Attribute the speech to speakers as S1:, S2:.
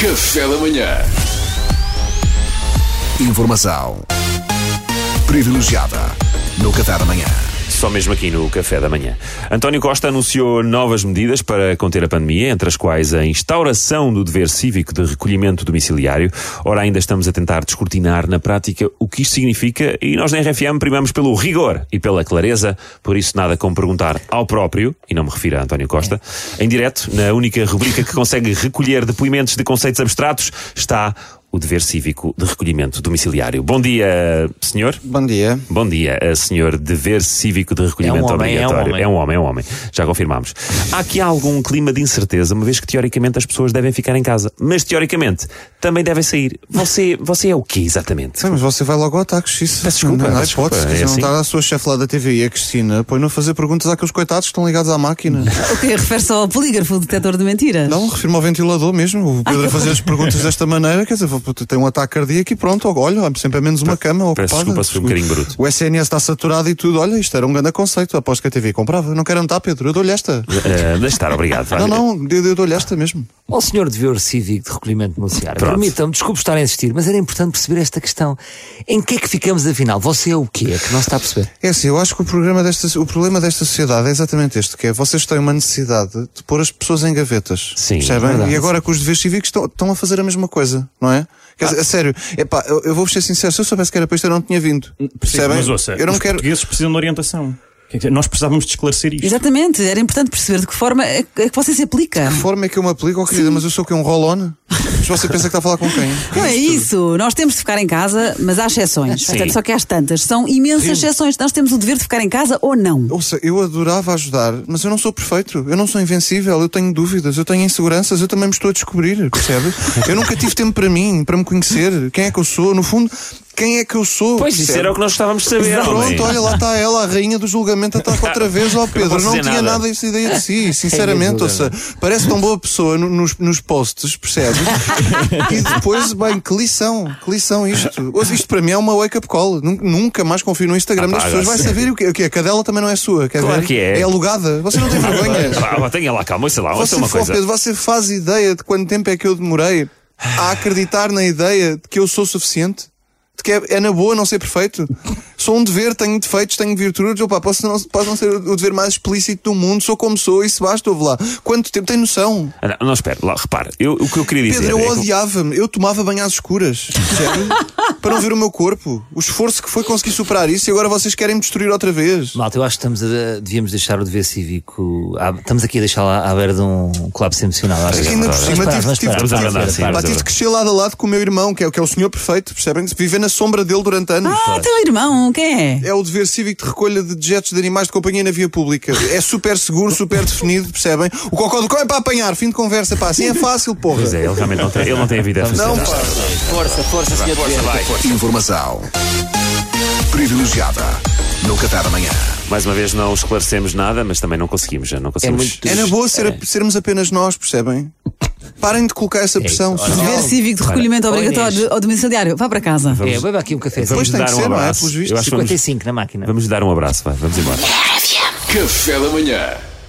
S1: Café da manhã.
S2: Informação privilegiada no Café da Manhã.
S3: Só mesmo aqui no Café da Manhã. António Costa anunciou novas medidas para conter a pandemia, entre as quais a instauração do dever cívico de recolhimento domiciliário. Ora, ainda estamos a tentar descortinar na prática o que isto significa e nós na RFM primamos pelo rigor e pela clareza, por isso nada como perguntar ao próprio, e não me refiro a António Costa, em direto, na única rubrica que consegue recolher depoimentos de conceitos abstratos, está o dever cívico de recolhimento domiciliário. Bom dia, senhor.
S4: Bom dia.
S3: Bom dia, eh, senhor dever cívico de recolhimento
S5: É um homem, é um
S3: obrigatório.
S5: homem.
S3: É um homem, é um homem. Já confirmámos. Há aqui algum clima de incerteza, uma vez que teoricamente as pessoas devem ficar em casa, mas teoricamente também devem sair. Você, você é o quê exatamente?
S4: Sim, mas você vai logo ao ataque, isso.
S3: Peço desculpa,
S4: Não, não há
S3: peço
S4: hipótese.
S3: desculpa,
S4: Se
S3: é
S4: não
S3: assim.
S4: está a sua chefe lá da TVI, a Cristina, põe não a fazer perguntas àqueles coitados que estão ligados à máquina.
S6: O que refere-se ao polígrafo, o detetor de mentiras?
S4: Não, refiro-me ao ventilador mesmo. O Pedro a fazer as perguntas desta maneira, quer dizer, vou- tem um ataque cardíaco e pronto, olha, há sempre é menos uma cama ocupada.
S3: peço desculpa se fui um bocadinho bruto.
S4: O SNS está saturado e tudo, olha, isto era um grande conceito, aposto que a TVI comprava. Não quero andar, Pedro, eu dou-lhe esta.
S3: Eh, Deixe estar, obrigado. vai.
S4: Não, não, eu, eu dou-lhe esta mesmo.
S5: Ó senhor dever cívico de recolhimento denunciário,
S3: Pronto.
S5: permitam-me, desculpe estar a insistir, mas era importante perceber esta questão. Em que é que ficamos afinal? Você é o quê? É que não se está a perceber.
S4: É assim, eu acho que o, programa desta, o problema desta sociedade é exatamente este, que é vocês têm uma necessidade de pôr as pessoas em gavetas.
S3: Sim,
S4: percebem?
S7: é
S5: verdade.
S4: E agora com os deveres cívicos estão, estão a fazer a mesma coisa, não é? Quer
S7: Ah.
S4: dizer, a sério, epá, eu, eu vou ser sincero, se eu soubesse que era para isto eu não tinha vindo. Percebem?
S7: Mas ouça,
S4: eu não
S7: os
S4: quero.
S7: portugueses precisam de orientação. Quer dizer, Nós precisávamos de esclarecer isto.
S6: Exatamente, era importante perceber de que forma é que é que você se aplica.
S4: Que forma é que eu me aplico, oh, querida, mas eu sou o quê? Um roll-on? Mas você pensa que está a falar com quem?
S6: Não é isso, nós temos de ficar em casa, mas há exceções. Portanto, só que há as tantas, são imensas exceções. Nós temos o dever de ficar em casa ou não.
S4: Ouça, eu adorava ajudar, mas eu não sou perfeito, eu não sou invencível, eu tenho dúvidas, eu tenho inseguranças, eu também me estou a descobrir, percebe? eu nunca tive tempo para mim, para me conhecer, quem é que eu sou, no fundo, quem é que eu sou?
S3: Pois isso
S4: percebe?
S3: era o que nós estávamos de saber. homem.
S4: Pronto, olha, lá está ela, a rainha do julgamento, ataca outra vez ao Pedro.
S3: posso
S4: Não
S3: dizer
S4: tinha
S3: nada.
S4: nada essa ideia de si, sinceramente. ouça, parece tão boa pessoa no- nos, nos posts, percebe? e depois, bem, que lição, que lição isto. Ouça, Isto para mim é uma wake-up call. Nun- Nunca mais confio no Instagram das
S3: pá,
S4: pessoas. Vai
S3: agora sim.
S4: saber o que, o que a cadela também não é sua. Quer
S3: Claro
S4: ver?
S3: que é.
S4: É alugada. Você não tem vergonha.
S3: Ah, vá, tenha lá calma, sei lá, ouça
S4: Você,
S3: então, uma
S4: for,
S3: coisa.
S4: Pedro, você faz ideia de quanto tempo é que eu demorei a acreditar na ideia de que eu sou suficiente? De que é, é na boa não ser perfeito? Sou um dever, tenho defeitos, tenho virtudes, opa, posso não, posso não ser o dever mais explícito do mundo, sou como sou, isso basta, ouve lá. Quanto tempo tem noção?
S3: Ah, não, não, espera, lá, repare, eu, o que eu queria dizer.
S4: Pedro,
S3: é
S4: eu
S3: que-
S4: odiava-me, eu tomava banho às escuras, percebe? para não ver o meu corpo, o esforço que foi conseguir superar isso e agora vocês querem me destruir outra vez.
S5: Malta, eu acho que estamos a- devíamos deixar o dever cívico. à- estamos aqui a deixá-lo à, à beira de um colapso emocional. acho.
S4: Ainda por
S5: Vamos
S4: cima,
S5: parar,
S4: tive,
S5: vamos
S4: tive,
S5: parar,
S4: tive,
S5: vamos
S3: andar,
S5: parar,
S3: sim,
S5: vamos
S4: pá,
S3: vamos
S4: tive
S3: andar.
S4: de crescer lado a lado com o meu irmão, que é, o- que é o senhor perfeito, percebem? Viver na sombra dele durante anos.
S6: Ah, teu irmão, quem é?
S4: É o dever cívico de recolha de dejetos de animais de companhia na via pública. É super seguro, super definido, percebem? O cocó do cão é para apanhar, fim de conversa, pá, assim é fácil, porra.
S3: Pois é, ele realmente não tem, ele não tem a vida a
S4: Não, pá.
S2: Informação privilegiada no Café da Manhã.
S3: Mais uma vez, não esclarecemos nada, mas também não conseguimos. Já não conseguimos.
S5: muito
S4: É na boa ser, sermos apenas nós, percebem? Parem de colocar essa pressão social.
S6: Dever cívico de recolhimento
S5: Olha,
S6: obrigatório
S5: Inês.
S6: ou domiciliário. Vá para casa.
S5: É, beba aqui um café.
S3: Vamos
S4: tem
S3: dar
S4: que
S3: um
S4: ser, não é?
S3: abraço.
S4: Pelos vistos,
S3: Eu acho que vamos,
S5: 55 na máquina.
S3: vamos dar um abraço, vai. Vamos embora.
S1: Café da manhã.